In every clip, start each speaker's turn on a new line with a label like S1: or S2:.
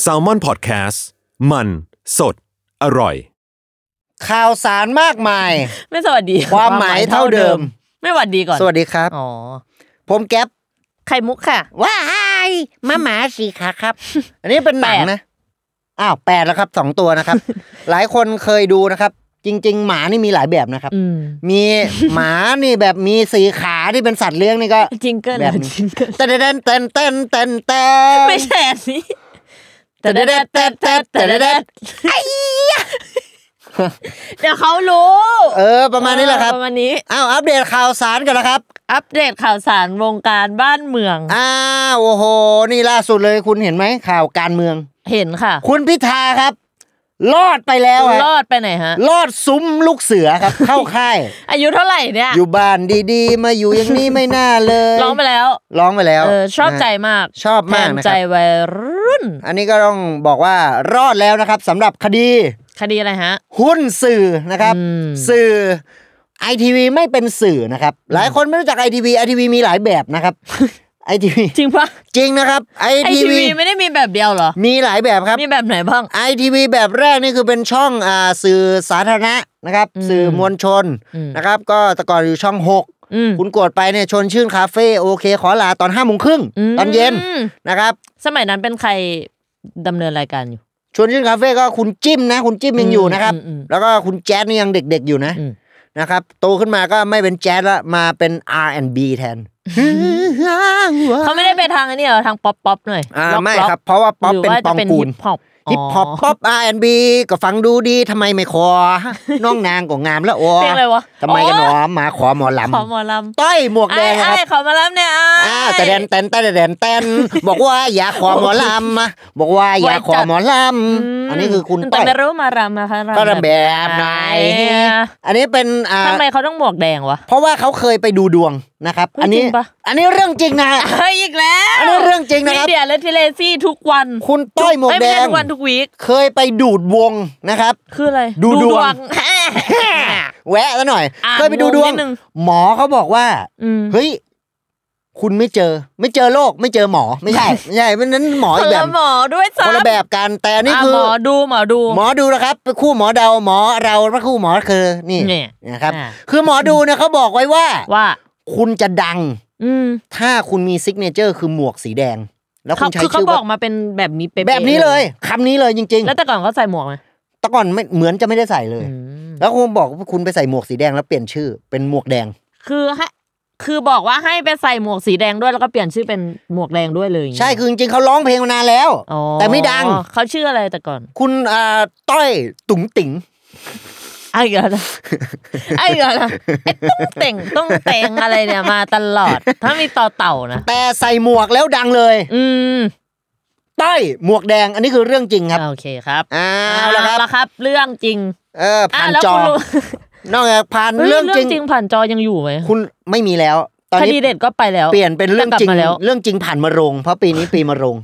S1: แซลมอนพอดแคสต์มันสดอร่อย
S2: ข่าวสารมากมาย
S3: ไม่สวัสดี
S2: ความหมายเท่าเดิม
S3: ไม่หวัดดีก่อน
S2: สวัสดีครับ
S3: อ๋อ
S2: ผมแก๊ป
S3: ไข่มุกค่ะ
S2: ว้ายมาหมาสีขาครับ อันนี้เป็นหนัง
S3: แปด
S2: นะอ้าวแปดแล้วครับสองตัวนะครับ หลายคนเคยดูนะครับ จริง ๆ หมานี่มีหลายแบบนะครับ
S3: อืม
S2: มี หมานี่แบบมีสีขาที่เป็นสัตว์เลี้ยงนี่ก็
S3: จิงเกิล
S2: แบบนี้
S3: จิงเกิล
S2: เต้นเต้นเต้นเต้นเต้นเต้น
S3: ไม่ใช่อันนี้แต่
S2: เต้น
S3: เด็ด
S2: เต้นเต้นเต้นเต้นเต้น
S3: เดี๋ยวเขารู้
S2: เออ ประมาณนี้แหละครับ
S3: ประมาณนี้
S2: อ้าวอัปเดตข่าวสารกันนะครับ
S3: อัปเดตข่าวสารวงการบ้านเมือง
S2: อ้าวโอ้โห นี่ล่าสุดเลยคุณเห็นไหมข่าวการเมือง
S3: เห็นค่ะ
S2: คุณพิธาครับ รอดไปแล้วฮะ
S3: รอดไปไหนฮะ
S2: รอดซุ้มลูกเสือ ครับ เข้าค่าย
S3: อายุเท่าไหร่เนี่ย
S2: อยู่บ้านดีๆ มาอยู่อย่างนี้ไม่น่าเลย
S3: ร้องไปแล้ว
S2: ร้องไปแล้ว
S3: เออชอบใจ
S2: นะ
S3: มาก
S2: ชอบมาก
S3: แทน
S2: นะครับ
S3: ใจวัยรุ่น
S2: อันนี้ก็ต้องบอกว่ารอดแล้วนะครับสำหรับคดี
S3: คดีอะไรฮะ
S2: หุ้นสื่อนะครับ
S3: อืม
S2: สื่อไอทีวีไม่เป็นสื่อนะครับ หลายคนไม่รู้จักไอทีวีไอทีวีมีหลายแบบ นะครับไอทีวี
S3: จริงปะ
S2: จริงนะครับไอ
S3: ไอ
S2: ที
S3: ที
S2: วี
S3: วีไม่ได้มีแบบเดียวเหรอ
S2: มีหลายแบบครับ
S3: มีแบบไหนบ้าง
S2: ไอทีวีแบบแรกนี่คือเป็นช่องอ่าสื่อสาธารณะนะครับ
S3: อืม
S2: สื่อมวลชน
S3: อืม
S2: นะครับ ก็แต่ก่อนอยู่ช่อง 6
S3: อืม
S2: คุณกดไปเนี่ยชวนชื่นคาเฟ่โอเค ขอลาตอน5้าโมงครึ่ง
S3: ม
S2: ตอนเย็นนะครับ
S3: สมัยนั้นเป็นใครดำเนินรายการอยู่
S2: ชวนชื่นคาเฟ่ก็คุณจิ้มนะ คุณจิ้มยัง
S3: อืม
S2: อยู่นะครับ
S3: อืมอืม
S2: แล้วก็คุณแจ๊ดนี่ยังเด็กๆอยู่นะ
S3: อืม
S2: นะครับโตขึ้นมาก็ไม่เป็นแจ๊ดละมาเป็น R&B แทน
S3: เขาไม่ได้ไปทางอันนี้เหรอทางป๊อปป๊อปหน่อย
S2: อ่า
S3: ล็อก
S2: ไม่
S3: ล็อก
S2: ครับ เพราะว่าป๊อป
S3: หรื
S2: เป็น
S3: ว่า
S2: ป
S3: จะ
S2: องกูล
S3: ฮิปฮอป
S2: ฮิปฮอปป๊อป R&B ก็ฟังดูดีทำไมไม่ขอ น้องนางก็งามแล้วโอ้
S3: เพลงอะไรวะ
S2: ทำไมกันหน
S3: โ
S2: อมาขอหมอล
S3: ขอหมอล
S2: ำต้อยหมวก
S3: ำ
S2: แด
S3: ไอ้
S2: งครับ
S3: ไอ้ขอหมอลำเนี่ย
S2: อ่าแต่แดน
S3: น
S2: แตนแต่แดนแตนบอกว่าอย่าขอหมอลำบอกว่าอย่าขอหมอลำอันนี้คือคุณ
S3: แต่
S2: ต้อย
S3: ไม่รู้มารำนะคะ
S2: ก็ระแบบไหนอันนี้เป็นอ่า
S3: ทำไมเขาต้องหมวกแดงวะ
S2: เพราะว่าเขาเคยไปดูดวงนะครับ
S3: เฮ้ย
S2: อันนี้
S3: จริงปะ
S2: อันนี้เรื่องจริงนะ
S3: เฮ้ยอีกแล้ว
S2: อันนี้เรื่องจริงนะครับ
S3: มีเดียและทิเลซี่ทุกวัน
S2: คุณต้อยหมวกแด
S3: เอ้ยไใช่
S2: ง
S3: ทุกวันทุกวีค
S2: เคยไปดูดวงนะครับ
S3: คืออะไร
S2: ดูดวง
S3: แหม่
S2: แวะแล้วหน่อย
S3: อ่าน
S2: เคยไปดูดวง
S3: งงนิดนึง
S2: หมอเขาบอกว่า
S3: อืม
S2: เฮ้ย คุณไม่เจอ ไม่เจอโรคไม่เจอหมอ ไม่ใช่ ไม่ใช่เพราะฉะนั้นหมออี
S3: ค
S2: ก
S3: น
S2: แบ
S3: ละ
S2: บ
S3: หมอด้วย
S2: ค
S3: ซ้ำ
S2: นละแบบกันแต่อันนี่
S3: ะ
S2: คือ
S3: หมอ
S2: อ
S3: ดูหมอดู
S2: หมอดูนะครับ คู่หมอเดาหมอเราพระคู่หมอคือนี่
S3: นี่
S2: นะครับ
S3: อ่า
S2: คือหมอดูเนี่ยเขาบอกไว้ว่า
S3: ว่า
S2: คุณจะดัง
S3: อืม
S2: ถ้าคุณมีซิกเนเจอร์คือหมวกสีแดง แล้วคุ
S3: เขา
S2: ณใช้
S3: คือเขา
S2: ชื่อ
S3: บอก
S2: ว่า
S3: มาเป็นแบบนี้เป๊ะๆ
S2: แบบนี้เลยคำนี้เลยจริง
S3: แล้วแต่ก่อนเขาใส่หมวกไหม
S2: ๆ แต่ก่อนไม่เหมือนจะไม่ได้ใส่เลย
S3: อืม
S2: แล้วคุณบอกว่าคุณไปใส่หมวกสีแดงแล้วเปลี่ยนชื่อ เป็นหมวกแดง
S3: คือให้คือบอกว่าให้ไปใส่หมวกสีแดงด้วยแล้วก็เปลี่ยนชื่อเป็นหมวกแดงด้วยเลยย่างเงี้ย
S2: ใช่คือจริงๆเขาร้องเพลงมานานแล้ว
S3: อ๋อ
S2: แต่ไม่ดัง
S3: เขาชื่ออะไรแต่ก่อน
S2: คุณอ่าต้อยตุ๋งติ๋ง
S3: ไอ้เหรอ นะไอ้เหรอนะไอ้ต้องแต่งต้องแต่งอะไรเนี่ยมาตลอด ถ้ามีต่อเต่านะ
S2: แต่ใส่หมวกแล้วดังเลย
S3: อืม
S2: ต้อยหมวกแดงอันนี้คือเรื่องจริงครับ
S3: โอเคครับ
S2: อ้าว
S3: เอา
S2: แล้วครับ
S3: ละครับ เรื่องจริง
S2: เออผ่าน
S3: อ่ะแล้ว
S2: จอ
S3: คุณรู้
S2: นอกจากผ่าน
S3: เรื่
S2: เรื่
S3: อ
S2: อง ง
S3: จ
S2: จ
S3: ริ
S2: ริ
S3: ง
S2: ง
S3: ผ่านจอยังอยู่ไหม
S2: คุณไม่มีแล้ว ตอน
S3: คดี
S2: นี้
S3: เด็ดก็ไปแล้ว
S2: เปลี่ยนเป็นเรื่องจริง
S3: กลับมาแล้ว
S2: เรื่องจริงผ่านมารง เพราะปีนี้ปีมารง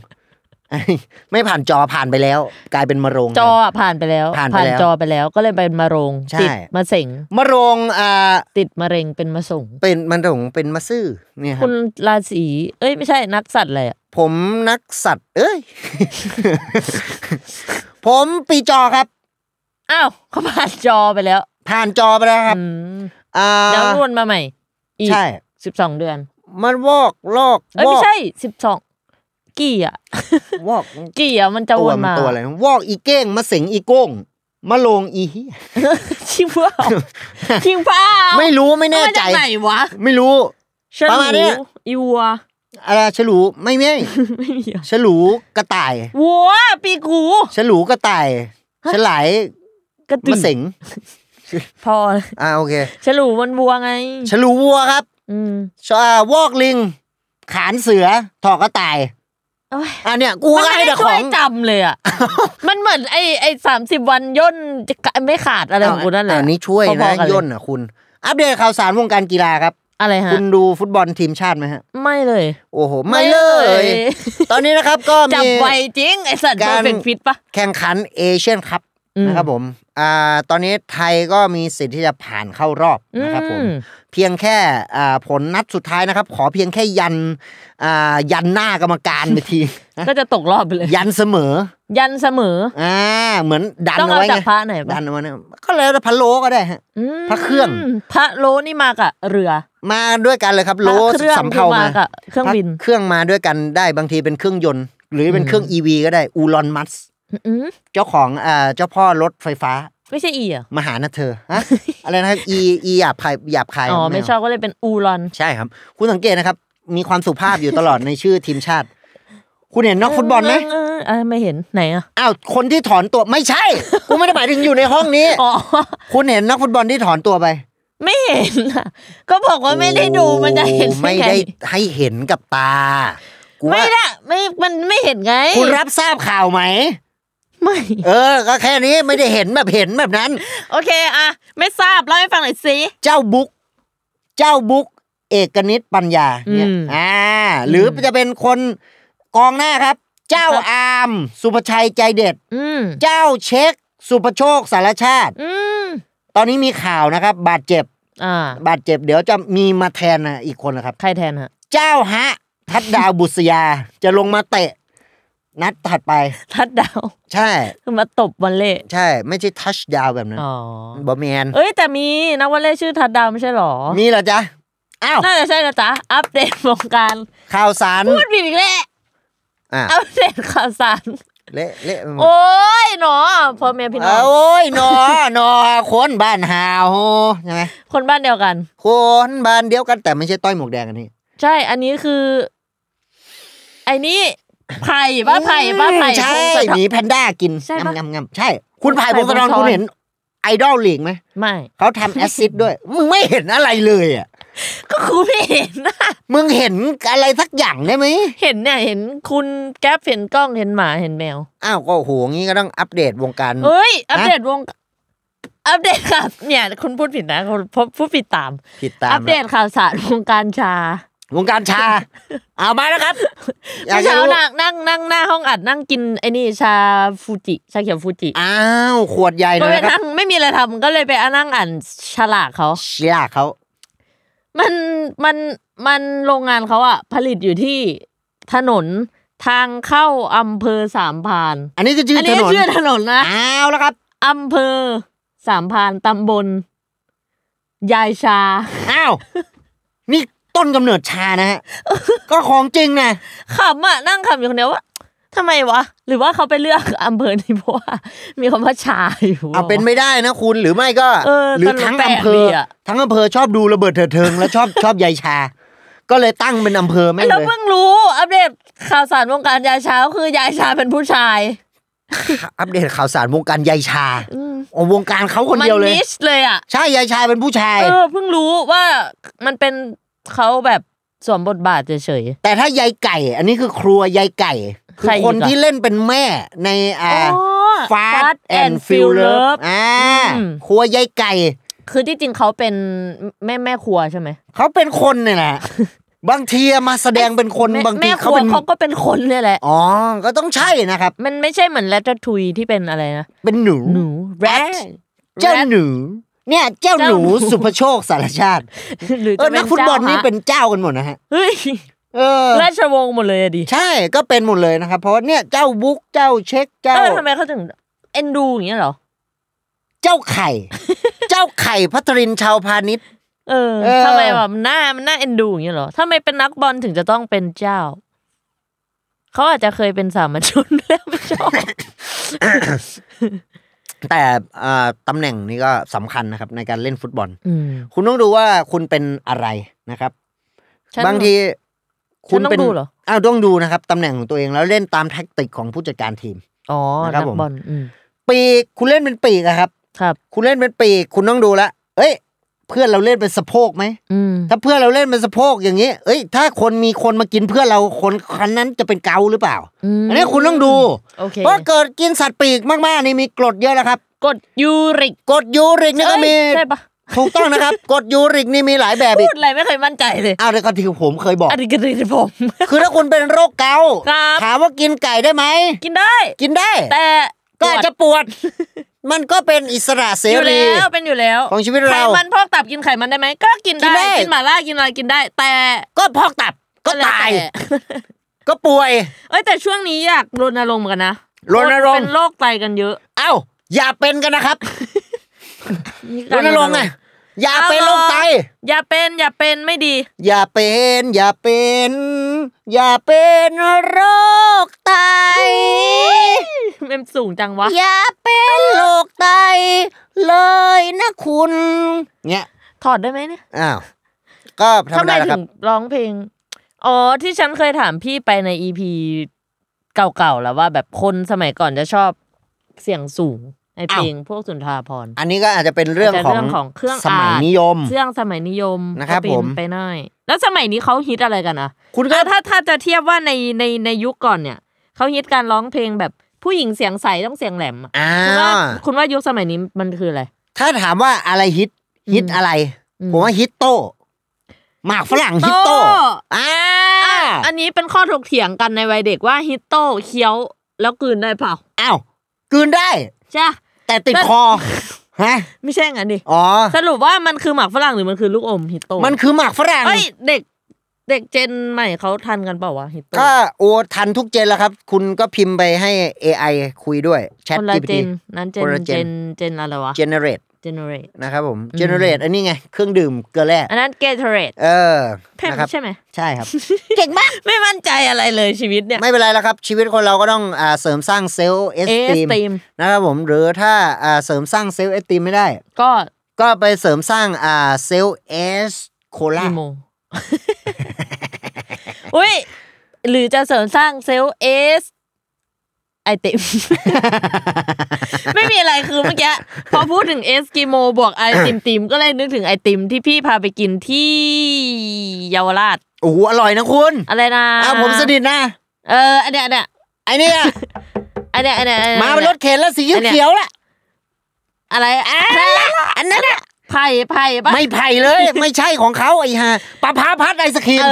S2: ไม่ผ่านจอผ่านไปแล้ว กลายเป็นมารง
S3: จออะผ่านไปแล้ว
S2: ผ่านไปแล้ว
S3: จอไปแล้วก็เลยเป็นมะโรง
S2: ใช่
S3: ติดมะเสง
S2: มารงอ่า
S3: ติดมะเร็งเป็นมะสง
S2: เป็นมันรงเป็นมาซื่อเนี่ยครั
S3: คุ
S2: บ
S3: ณราศีเอ้ยไม่ใช่นักสัตว์เลยอะ
S2: ผมนักสัตว์ เอ้ย ผมปีจอครับ
S3: อ้าวเขาผ่านจอไปแล้ว
S2: ผ่านจอไปแล้วครับ
S3: อืม
S2: อ่า
S3: แล้ววนมาใหม่ อีก
S2: ใช่
S3: สิบสองเดือน
S2: มันวอกลอก
S3: เอ้ยว
S2: อ
S3: ไม่
S2: ก
S3: ใช่สิบสองกี่อ่ะ
S2: วอก
S3: กี่อ่ะมันจะ
S2: ตัว วน มัน
S3: มา
S2: ตัวอะไร นะวอกอีเก้งมาเสงอีโก้งมาลงอีเหี้ย
S3: ชิงเป ล่าชิงเปล่า
S2: ไม่รู้ไม่แน่ใจ
S3: เอามาจากไหนวะ
S2: ไม่รู้
S3: ฉลู
S2: ประมาณเนี้ย
S3: อีวัว
S2: อะไรฉลูไม่ไม่
S3: ไม่มีอะ
S2: ฉลูกระต่าย
S3: วัวปีกู
S2: ฉลูกระต่ายฉลาย
S3: กระตื
S2: มาเสง
S3: พอ
S2: อ่าโอเค
S3: ฉลูมันวัวไง
S2: ฉลูวัวครับ
S3: อืม
S2: ชอวอกลิง ขานเสือถอกกระต่าย
S3: โอ้ย
S2: อันเนี้ยกู
S3: มัน
S2: ก็
S3: ไม่
S2: ให้
S3: ได้
S2: แต่ข
S3: ช่ว
S2: อย ง
S3: จำเลย อ่ะ มันเหมือนไอ้ไอ้สามสิบวันย่นจะไม่ขาดอะไรของกูนั่นแหละ
S2: อันนี้ช่วย
S3: พอ
S2: นะ
S3: ๆกันเลย
S2: ย่นอ่ะคุณ อัปเดตข่าวสารวงการกีฬาครับ
S3: อะไรฮะ
S2: คุณดูฟุตบอลทีมชาติไหมฮะ
S3: ไม่เลย
S2: โอ้โห ไม่เลย ตอนนี้นะครับก็
S3: จับ
S2: มี
S3: ไวจริง ไอ้สัตว์
S2: การ
S3: เป็นฟิตปะ
S2: แข่งขันเอเชียนคัพ
S3: อืม
S2: นะครับผมอ่าตอนนี้ไทยก็มีสิทธิ์ที่จะผ่านเข้ารอบนะครับผม
S3: อืม
S2: เพียงแค่อ่าผลนัดสุดท้ายนะครับ ขอเพียงแค่ยันอ่ายันหน้ากรรมการไป ที
S3: ก็จะตกรอบไปเลย
S2: ยันเสมอ
S3: ยันเสมอ
S2: อ่าเหมือนดัน
S3: ต้อง
S2: เอา
S3: เอา
S2: ไว้
S3: จาก
S2: ไง
S3: พระไหนปะ
S2: ดันเอาไว้เนี่ยก็แล้วแต่พะโลก็ได้ฮะ
S3: อืม
S2: พระเครื่อง
S3: พระโลนี่มากับเรือ
S2: มาด้วยกันเลยครับโล
S3: พระเครื่อง
S2: สำเภา
S3: คือ
S2: มา
S3: กับเครื่องบิน
S2: เครื่องมาด้วยกันได้บางทีเป็นเครื่องยนต์ หรือเป็นเครื่อง EV ก็ได้อูลอนมัส
S3: อืม
S2: เจ้าของอ่าเจ้าพ่อรถไฟฟ้า
S3: ไม่ใช่อีเหรอ่ะ
S2: มาหานะเธอฮะ อะไรนะครับ E E หยาบคายหยาบคาย
S3: อ๋อ
S2: ครับ
S3: ไม่ชอบก็เลยเป็นอูรอน
S2: ใช่ครับ คุณสังเกตนะครับ มีความสุภาพอยู่ตลอด ในชื่อทีมชาติ คุณเห็นนักฟุตบอลไหม
S3: เออเออไม่เห็นไหนอ่ะ
S2: อ้าวคนที่ถอนตัวไม่ใช่ กูไม่ได้หมายถึงอยู่ในห้องนี้
S3: อ๋อ
S2: คุณเห็นนักฟุตบอลที่ถอนตัวไป
S3: ไม่เห็นอะก็บอกว่าไม่ได้ดูมันจะเห็น
S2: โอ้ไม่
S3: ง
S2: ได้ให้เห็นกับตากู
S3: ไม่
S2: ว่า
S3: ได้ไม่มันไม่เห็นไง
S2: คุณรับทราบข่าวไหม
S3: ไม่
S2: เออ ก็แค่นี้ไม่ได้เห็นแบบเห็นแบบนั้น
S3: โอเคอะไม่ทราบเล่าให้ฟังหน่อยสิ
S2: เจ้าบุ๊ก เจ้าบุ๊ก เอกนิตปัญญาเนี่ย
S3: อืม
S2: อ่า หรือจะเป็นคนกองหน้าครับ เจ้า
S3: ครับ
S2: อามสุภชัยใจเด็ด
S3: อืม
S2: เจ้าเช็ค สุภโชคสารชาติ
S3: อืม
S2: ตอนนี้มีข่าวนะครับ บาดเจ็บ
S3: อ่า
S2: บาดเจ็บ เดี๋ยวจะมีมาแทนนะอีกคนนะครับ
S3: ใครแทนฮะ
S2: เจ้าฮะ ทัดดาวบุษยาจะลงมาเตะ นัดถัดไป
S3: ทัดดาว
S2: ใช่
S3: คือมาตบวอลเล่
S2: ใช่ ไม่ใช่ทัชดาวแบบนั้น
S3: อ๋อ
S2: บอแมน
S3: เอ้ย แต่มีนักวอลเล่ชื่อทัดดาวไม่ใช่หรอ
S2: มีเหรอจ๊ะอ้าว
S3: น่าจะใช่นะจ๊ะ อัปเดตวงการ
S2: ข่าวสาร
S3: พูดผิดอีกแล้ว
S2: อ่ะ
S3: อัปเดตข่าวสาร
S2: เละเละไปหมด
S3: โอ้ยหนอพ่อแม่พี่น้อ
S2: เอา
S3: ง
S2: โอ้ยหน อ หนอคนบ้านหาวใช่ไหม
S3: คนบ้านเดียวกัน
S2: คนบ้านเดียวกันแต่ไม่ใช่ต้อยหมวกแดงอันนี้
S3: ใช่ อันนี้คือ ไอ้นี่ไผ่ป้าไผ่ป้าไผ่
S2: ใช่หมีแพนด้ากิน
S3: ใช่ปะ
S2: งำงำๆๆใช่ คุณไผ่
S3: ไผ่
S2: พงศธร
S3: พงศธร
S2: คุณเห็นไอดอลลีกไหม
S3: ไม่
S2: เขาทำแอสซิดด้วย มึงไม่เห็นอะไรเลยอ่ะ
S3: ก็คือไม่เห็นนะ
S2: มึงเห็นอะไรสักอย่างได้ไหม
S3: เห็นเนี่ย เห็นคุณแก๊ปเห็นกล้องเห็นหมาเห็นแมว
S2: อ้าวก็โหงี้ก็ต้องอัปเดตวงการ
S3: เอ้ย อัปเดตวง อัปเดตค่ะเนี่ย คุณพูดผิดนะคุณพูดผิดตาม
S2: ผิดตาม
S3: อัปเดตข่าวสารวงการชา
S2: วงการชา เอามาแล้วครับ
S3: เมื่อ
S2: จะ
S3: เช้า
S2: รู้
S3: นั่งนั่งนั่งหน้าห้องอัดนั่งกินไอ้นี่ชาฟูจิ ชาเขียวฟูจิ
S2: อ้าวขวดใหญ่
S3: ก็
S2: นะ
S3: ไป
S2: ครับ
S3: นั่งไม่มีอะไรทำก็เลยไปนั่งอ่านฉลากเขา
S2: เชียร์เขา
S3: มันมันมันโรงงานเขาอะผลิตอยู่ที่ถนนทางเข้าอำเภอสามพราน
S2: อันนี้คือชื่
S3: อั
S2: อน ถ
S3: นี้
S2: นน
S3: ชื่อถนนนะ
S2: อ้าวแล้วครับ
S3: อำเภอสามพรานตำบล ยายชา
S2: อ้าวนี่ต้นกำเนิดชานะ ฮะ ก็ของจริงนะ
S3: ขำอ่ะนั่งขำอยู่คนเดียวว่าทำไมวะ หรือว่าเขาไปเลือกอำเภอนี้เพราะว่า มีคำว่าชาอยู่
S2: เอาเป็น
S3: วะ
S2: ไม่ได้นะคุณหรือไม่ก็
S3: เออ
S2: หรือทั้ง
S3: ตลกแปลก
S2: อำเภ
S3: ดี
S2: อ
S3: อะ
S2: ทั้งอำเภอชอบดูระเบิดเถิดเทิง แล้วชอบชอบยายชา ก็เลยตั้งเป็นอำเภอแม่ง
S3: แล้ว
S2: เลย
S3: เพิ่งรู้ อัปเดตข่าวสารวงการยายชาก็คือยายชาเป็นผู้ชาย
S2: อัปเดตข่าวสารวงการยายชา
S3: อืม
S2: โอ้วงการเขาคนเดียวเลย
S3: มันิชเลยอ่ะ
S2: ใช่ยายชาเป็นผู้ชาย
S3: เออเพิ่งรู้ว่ามันเป็นเขาแบบสวมบทบาทเฉย
S2: แต่ถ้ายายไก่ อันนี้คือครัวยายไก่คือ
S3: ใครอีก
S2: คน
S3: อะ
S2: ที่เล่นเป็นแม่ใน
S3: ๆ
S2: อ่า
S3: อ๋อ
S2: ฟา
S3: Fast
S2: สแอนฟิลเลอร์
S3: Furious
S2: อ่า
S3: อืม
S2: ครัวยายไก่
S3: คือที่จริงเขาเป็นแม่แม่ครัวใช่ไหม
S2: เขาเป็นคนเนี่ย แหละ บางทีมาแสดงเป็นคน
S3: แม่
S2: บางที
S3: แม่ค
S2: เขา
S3: รัว
S2: เป็น
S3: เขาก็เป็นคนเนี่ยแหละ
S2: อ๋อก็ต้องใช่นะครับ
S3: มันไม่ใช่เหมือนแรตทุยที่เป็นอะไรนะ
S2: เป็นหนู
S3: หนูแรด
S2: เจ้าหนู เนี่ยเจ้าหนู
S3: เจ้าหนู
S2: สุภโชคสาร ชาติ
S3: หรือ
S2: เอ
S3: จะ
S2: อ
S3: เป็
S2: นั
S3: น
S2: กฟุตบอลนี่
S3: จ้าฮะ
S2: เป็นเจ้ากันหมดนะฮะ
S3: เฮ้ย
S2: เออ
S3: ราชวงศ์หมดเลยอะดิ
S2: ใช่ก็เป็นหมดเลยนะครับ เพราะว่าเนี่ยเจ้าบุ๊กเจ้าเช็คเจ้า
S3: เออทำไมเขาถึงเอ็นดูอย่างเงี้ยเหรอ
S2: เจ้า ไข่ เจ้าไข่พัทรินชาวพาณิชย์
S3: เออ
S2: เออ
S3: ทำไมแบบหน้ามันหน้าเอ็นดูอย่างเงี้ยเหรอทำไมเป็นนักบอลถึงจะต้องเป็นเจ้าเขาอาจจะเคยเป็นสามัญชนแล้วไม่ชอบ
S2: แต่เอ่อตำแหน่งนี้ก็สำคัญนะครับ ในการเล่นฟุ ตบอล
S3: อืม
S2: คุณต้องดูว่าคุณเป็นอะไรนะครับ
S3: ฉัน
S2: บางทีคุณ
S3: ฉันต้อง
S2: เป็น
S3: ดูเหรอ
S2: อ้าวต้องดูนะครับตำแหน่งของตัวเองแล้วเล่นตามแท็กติกของผู้จัดการทีม
S3: อ๋อ
S2: นะครั
S3: นั
S2: บ
S3: ก
S2: ผม
S3: บอลอืม
S2: ปีกคุณเล่นเป็นปีกอะครับ
S3: ครับ
S2: คุณเล่นเป็นปีกคุณต้องดูละเอ้ย เพื่อนเราเล่นเป็นสะโพกไหม
S3: อืม
S2: ถ้าเพื่อนเราเล่นเป็นสะโพกอย่างนี้ เอ้ย ถ้าคนมีคนมากินเพื่อนเราคนคนนั้นจะเป็นเกาหรือเปล่า
S3: ม
S2: อันนี้คุณต้องดู
S3: โอเค
S2: เพราะเกิดกินสัตว์ปีกมากๆนี่มีกรดเยอะนะครับ
S3: กดยูริก
S2: กรดยูริกนี่ก็มี
S3: เอ้ยใช่ปะ
S2: ถูกต้องนะครับ กรดยูริกนี่มีหลายแบบ
S3: พู
S2: อีก
S3: ดอะไรไม่เคยมั่นใจเลย
S2: อ้าวเดี๋ยวก็ที่ผมเคยบอก
S3: อันนี้ก็เลยผม
S2: คือถ้าคุณเป็นโรคเกาต์
S3: ครับ
S2: ถามว่ากินไก่ได้ไหม
S3: กินได้
S2: กินได้
S3: แต่
S2: ก็อาจจะปวด มันก็เป็นอิสระเส
S3: อยู่
S2: รี
S3: แล้วเป็นอยู่แล้ว
S2: ของชีวิตเรา
S3: ไขมันพอกตับกินไขมันได้ไหมก็กิน
S2: กิน
S3: ได้
S2: ได้
S3: กินหม่าล่ากินอะไรกินได้ แต่
S2: ก็พอกตับ ก็ตาย
S3: แล้วแต่
S2: ก็ป่วย
S3: เอ้ยแต่ช่วงนี้อยากรณรงค์เหมือนกันนะ
S2: รณรงค์
S3: เป็นโรคไตกันเยอะ
S2: เอ้า อย่าเป็นกันนะครับร
S3: การ
S2: ณรงค์ไงอย่าเป็นโรคไต
S3: อย่าเป็นอย่าเป็นไม่ดี
S2: อย่าเป็นอย่าเป็น อย่าเป็นโรคไต
S3: เมมสูงจังวะ
S2: อย่าเป็นโรคไต เลยนะคุณเนี่ย
S3: ถอดได้ไหมเนี่ย
S2: อ้าวก็ทำ
S3: ทำไม
S2: ได้แล้ว
S3: ถึ
S2: ครับ
S3: งร้องเพลง อ๋อ ที่ฉันเคยถามพี่ไปในอีพีเก่าๆแล้วว่าแบบคนสมัยก่อนจะชอบเสียงสูงในเพลงพวกสุนทราพรณ์
S2: อันนี้ก็อาจจะเป็นเรื่อง
S3: แต่
S2: ของ
S3: เรื่องของเครื่อง
S2: สมัย
S3: อาร์ต
S2: นิยม
S3: เรื่องสมัยนิยม
S2: นะครับ
S3: ก็เป็
S2: ผม
S3: ไปหน่อย แล้วสมัยนี้เขาฮิตอะไรกันอะ
S2: คุณก็
S3: อ่ะถ้าถ้าจะเทียบว่าในในในยุคก่อนเนี่ยเขาฮิตการร้องเพลงแบบผู้หญิงเสียงใสต้องเสียงแหลมอะ
S2: อ่า
S3: คุณว่าคุณว่ายุคสมัยนี้มันคืออะไร
S2: ถ้าถามว่าอะไรฮิตฮิตอะไร
S3: อืม
S2: ผมว่าฮิตโต้หมากฝรั่งฮิตโต้อ่า
S3: อันนี้เป็นข้อถกเถียงกันในวัยเด็กว่าฮิตโต้เคี้ยวแล้วกลืนได้เปล่า
S2: อ้าวกลืนได้
S3: ใช่
S2: แต่ติด
S3: แต่
S2: คอฮะ
S3: ไม่ใช่งั้นดิ
S2: อ๋อ
S3: สรุปว่ามันคือหมากฝรั่งหรือมันคือลูกอมฮิตโต้
S2: มันคือหมากฝรั่ง
S3: เอ้ยเด็ก เด็กเจนใหม่เขาทันกันเปล่าวะฮิตโต้
S2: ก็โอ้ทันทุกเจนแล้วครับ คุณก็พิมพ์ไปให้ AI คุยด้วยแชท
S3: คนละเจ
S2: GPT
S3: นนั้นเจ
S2: คน นละเจ
S3: เจ
S2: น
S3: นเจนอะไรวะ
S2: generate
S3: generate
S2: นะครับผม generate อันนี้ไง เครื่องดื่มเกลือแร่
S3: อันนั้น Gatorade
S2: เออ
S3: ใช่ไหม
S2: นะครับ
S3: ใช่ไหม
S2: ใช่ครับ
S3: เก่งมาก ไม่มั่นใจอะไรเลยชีวิตเนี่ย
S2: ไม่เป็นไรแล้วครับ ชีวิตคนเราก็ต้องอ่าเสริมสร้างเซลล์เอส
S3: เอ
S2: ตี
S3: ส
S2: ม
S3: ตีม
S2: นะครับผมหรือถ้าอ่าเสริมสร้างเซลล์เอสตีมไม่ได้
S3: ก็
S2: ก็ไปเสริมสร้างอ่าเซลล์เอสโคลา
S3: อีโม อุ้ยหรือจะเสริมสร้างเซลล์เอสไอติม ไม่มีอะไรคือเมื่อกี้ พอพูดถึงเอสกิโมบวกไอ ติมติมก็เลยนึกถึงไอติมที่พี่พาไปกินที่เยาวราช
S2: โอ้โหอร่อยนะคุณ
S3: อะไรนะ
S2: อ้าวผมสนิทนะ
S3: เอออันเนี้ยอันเนี้ย
S2: ไอเนี่ย
S3: อันเนี้ยอันเนี้ยอันเนี้ย
S2: มาเป็นรถเข็นแล้วสีเขียวๆละ
S3: อะไรอ่ะ
S2: อันนั้นอะ
S3: ไผ่ไผ่ปะ
S2: ไม่ไผ่เลย ไม่ใช่ของเขาไอ้ห่าปลาพาพัดไอศครีม
S3: เอ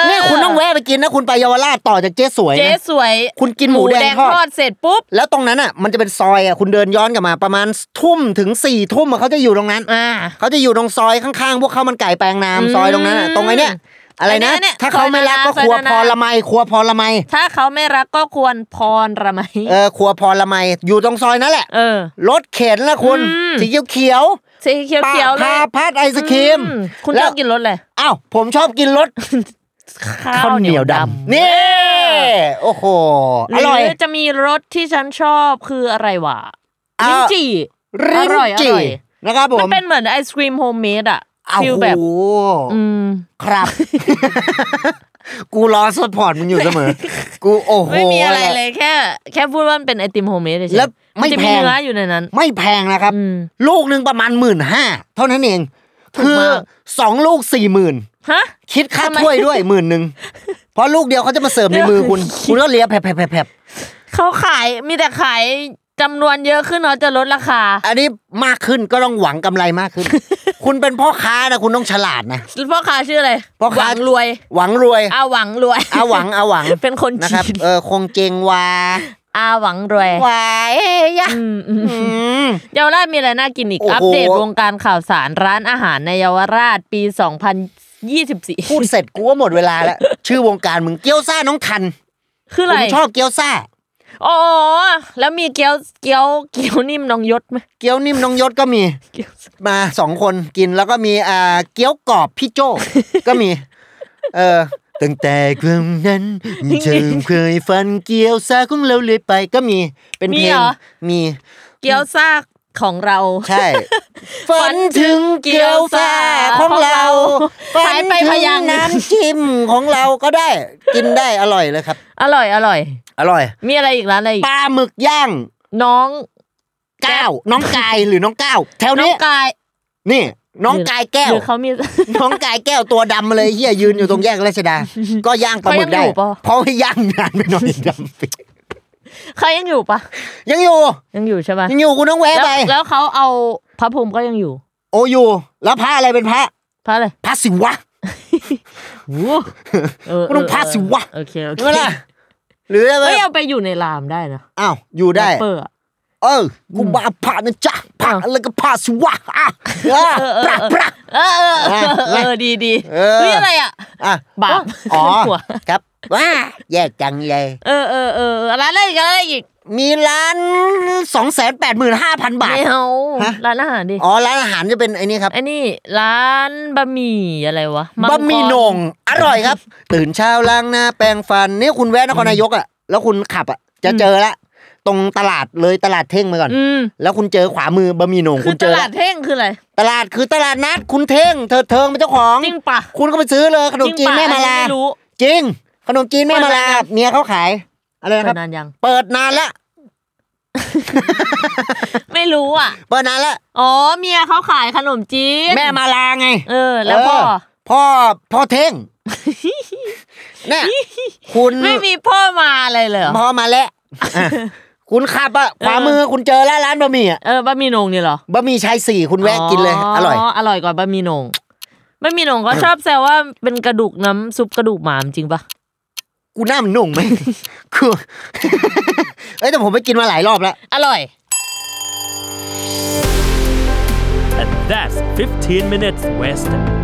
S3: อ
S2: เนี่ยคุณต้องแวะไปกินนะ คุณไปเยาวราชต่อจากเจ๊สวย
S3: เจ๊
S2: นะ
S3: สวย
S2: คุณกินหมูแดงทอด
S3: เสร็จปุ๊บ
S2: แล้วตรงนั้นอ่ะ มันจะเป็นซอยอ่ะคุณเดินย้อนกลับมาประมาณทุ่มถึงสี่ทุ่มอะเขาจะอยู่ตรงนั้น
S3: อ่า
S2: เขาจะอยู่ตรงซอยข้างๆ พวกข้าวมันไก่แปลงนาม
S3: อืม
S2: ซอยตรงนั้นอะตรงไอ้เนี่ยอะไรนะ
S3: ไอ้เนี่ย
S2: ถ้าเขาไม่รักก็
S3: ซอ
S2: ค
S3: ย
S2: รัว
S3: นานา
S2: พอละไมครัวพอละไม
S3: ถ้าเขาไม่รักก็ควรพรระไหม
S2: เออครัวพอละไมอยู่ตรงซอยนั่นแหละ
S3: เออ
S2: รถเข็นละคุณ
S3: อืม
S2: สีเขียว
S3: สีเขียว
S2: ๆปลา
S3: เขียวเล
S2: พาย พัดไอศครีม
S3: อืคุณ
S2: แล้
S3: ช
S2: ว
S3: อบกินรสเลย
S2: อ้าวผมชอบกินรส ข้าวเหนียวดำนี่โอ้โหอร่อย
S3: หจะมีรสที่ฉันชอบคืออะไรวะ
S2: เอา
S3: ลิ้นจี่
S2: ริ้น
S3: อร่อย
S2: จี่
S3: อร่อย
S2: นะครับผม
S3: มันเป็นเหมือนไอศครีมโฮมเมดอะ
S2: อ้าว
S3: ฟิลแบบ
S2: โอ้โห
S3: อืม
S2: ครับ กูรอสปอร์ตมึงอยู่เสมอ กูโอ้โห
S3: ไม่มีอะไรเลยแค่ แค่พูดว่ามันเป็นไอติมโฮมเมดเฉยๆ
S2: แล้วไม่
S3: นจะมี
S2: แพง
S3: เนื้ออยู่ในนั้น
S2: ไม่แพงนะครับ
S3: อืม
S2: ลูกหนึ่งประมาณหมื่นห้าเท่านั้นเอง
S3: ถูก
S2: คือ
S3: มาก
S2: สองลูกสี่หมื่น
S3: ฮะ
S2: คิดค่า
S3: ทำไม
S2: ถ้วยด้วยหมื่นหนึ่งเพราะลูกเดียวเขาจะมาเสิร์ฟใน
S3: เดี๋ยว
S2: มือคุณ คุณก็เลียแผลบแผลบแผลบแผลบ
S3: เขาขายมีแต่ขายจำนวนเยอะขึ้นเนาะจะลดราคา
S2: อันนี้มากขึ้นก็ต้องหวังกำไรมาก ขึ้น คุณเป็นพ่อค้านะคุณต้องฉลาดนะ
S3: พ่อค้าชื่ออะไร
S2: พ่อค้า
S3: หวังรวย
S2: หวังรวย
S3: อาหวังรวย
S2: อาหวังอาหวัง
S3: เป็นคน
S2: นะค
S3: จี
S2: รับ
S3: น
S2: เออคงเจงวา
S3: อาหวังรวยว
S2: ายเอ้ยยะ
S3: อืมอืม
S2: อืม
S3: เยาวราชมีอะไรน่ากินอีก
S2: โอ้โห
S3: อัปเดตวงการข่าวสารร้านอาหารในเยาวราชปี 2024
S2: พูดเสร็จกูก็หมดเวลาแล้ว ชื่อวงการมึงเกี๊ยวซ่าน้องทัน
S3: คือ
S2: ผ
S3: อะไร
S2: มชอบเกี๊ยวซ่า
S3: อ๋อแล้วมีเกี๊ยวเกี๊ยวเกี๊ยวนิ่มน้องยศไหม
S2: เกี๊ยวนิ่มน้องยศก็มี
S3: เกี๊ยว
S2: มาสองคนกินแล้วก็มีอ่าเกี๊ยวกรอบพี่ โจ้ ก็มี เออตั้งแต่ครั้งนั้นเธอเคยฝันเกี๊ยวซ่าของเราเลยไปก็มีเป็นเพลงมี
S3: เกี๊ยวซากของเรา
S2: ใช่ ฝันถึงเกี๊ยวซ่าของเราฝั
S3: หาย
S2: น
S3: ไป
S2: ถึ
S3: พ
S2: ง
S3: ยางค์หนึ่ง
S2: น้ำจิ้มของเราก็ได้กินได้อร่อยเลยครับ
S3: อร่อยอร่อย
S2: อร่อย
S3: มีอะไรอีกร้านอะไรอีก
S2: ปลาหมึกย่าง
S3: น้อง
S2: ก้าวน้องกายหรือน้องก้าวแถว
S3: น้อ
S2: นี้
S3: งกาย
S2: นี่ น้องกายแก้ว
S3: หรือเขามี
S2: น้องกายแก้วตัวดำมาเลยเฮียยืนอยู่ตรงแยกราชดา ก็ย่างปลาหมึกได้
S3: เขายังอยู่ปะ
S2: เพราะว่าย่างนานไปหน่อย ดำปี
S3: เขายังอยู่ปะ
S2: ยังอยู่
S3: ยังอยู่ใช่ปะ
S2: ยังอยู่กูต้องแวะ
S3: แล้ว
S2: ไป
S3: แล้วเขาเอาพระพรหมก็ยังอยู่
S2: โออยู่ แล้วพระอะไรเป็นพระ
S3: พระอะไร
S2: พระศิวะ
S3: โอ้เออ
S2: มันต้องพระสิวะ
S3: โอเคโอเค
S2: เมื่อไหรหรืออะไร
S3: เฮ้ยเอาไปอยู่ในรามได้นะ
S2: อ้าวอยู่ได้
S3: แรปเปอร์อะ
S2: เออกูบาพระนะจ๊ะพระ
S3: อ้าว
S2: แล้วก็พระศิวะอ่ะเออพระพระ
S3: เออเออเออ
S2: เออ
S3: เออดีดี
S2: เออ
S3: เฮ้ยอะไรอ่ะ
S2: อ่ะ
S3: บาป
S2: อ๋อ
S3: ขึ้นหัว
S2: ครับว้าแย่จังเลย
S3: เออเออเออร้านอะไรอีกร้านอะไรอีก
S2: มีร้านสองแสนแปดหมื่นห้าพันบาท
S3: ไม่เอา
S2: ฮะ
S3: ร้านอาหารดิ
S2: อ๋อร้านอาหารจะเป็นไอ้นี่ครับ
S3: ไอ้นี่ร้านบะหมี่อะไรวะงกร
S2: บะหมี่โหนงอร่อยครับ ตื่นเช้าล้างหน้าแปรงฟันนี่คุณแวะนครนายกอ่ะแล้วคุณขับอ่ะจะเจอละตรงตลาดเลยตลาดเท่งไปก่อน
S3: อืม
S2: แล้วคุณเจอขวามือบะหมี่โหนง
S3: คื
S2: คุ
S3: อ
S2: ณ
S3: ต
S2: เจอ
S3: ลา
S2: ละ
S3: ดเท่งคืออะไร
S2: ตลาดคือตลาดนัดคุณเท่งเธอเทิงเป็นเจ้าของ
S3: จริงปะ
S2: คุณก็ไปซื้อเลยขนมจีนแม่มาลา
S3: จริงปะ
S2: จริง
S3: อันนี้ไม่รู้
S2: ขนมจีนแม่มาลา
S3: เปิดนานยัง
S2: เมียเขาขายอะไรนะ
S3: เปิ
S2: ครับ
S3: ดนานยัง
S2: เปิดนานละ
S3: ไม่รู้อ่ะ
S2: เปิดนานละ
S3: อ๋อเมียเขาขายขนมจีน
S2: แม่มาลาไง
S3: เออ แล้วพ่อ
S2: เออพ่อพ่อเท่ง เนี่ยคุณ
S3: ไม่มีพ่อมาอะไรเลยเหรอ
S2: พ่อมาแล้วอ่ะคุณขับอะขวามือคุณเจอแล้วร้านบะหมี่อะ
S3: เออบะหมี่โหนงเนี่ยเหรอบ
S2: ะหมี่ชายสี่คุณแวะกินเลย อร่อย
S3: อร่อยกว่าบะหมี่โหนงบะหมี่โหนงเขาชอบแซวว่าเป็นกระดูกน้ำซุปกระดูกหมามจริงปะ
S2: กูหน้ามันหนุ่งไหม คือ เอ้ยแต่ผมไปกินมาหลายรอบแล้ว
S3: อร่อย
S4: And that's 15 minutes west.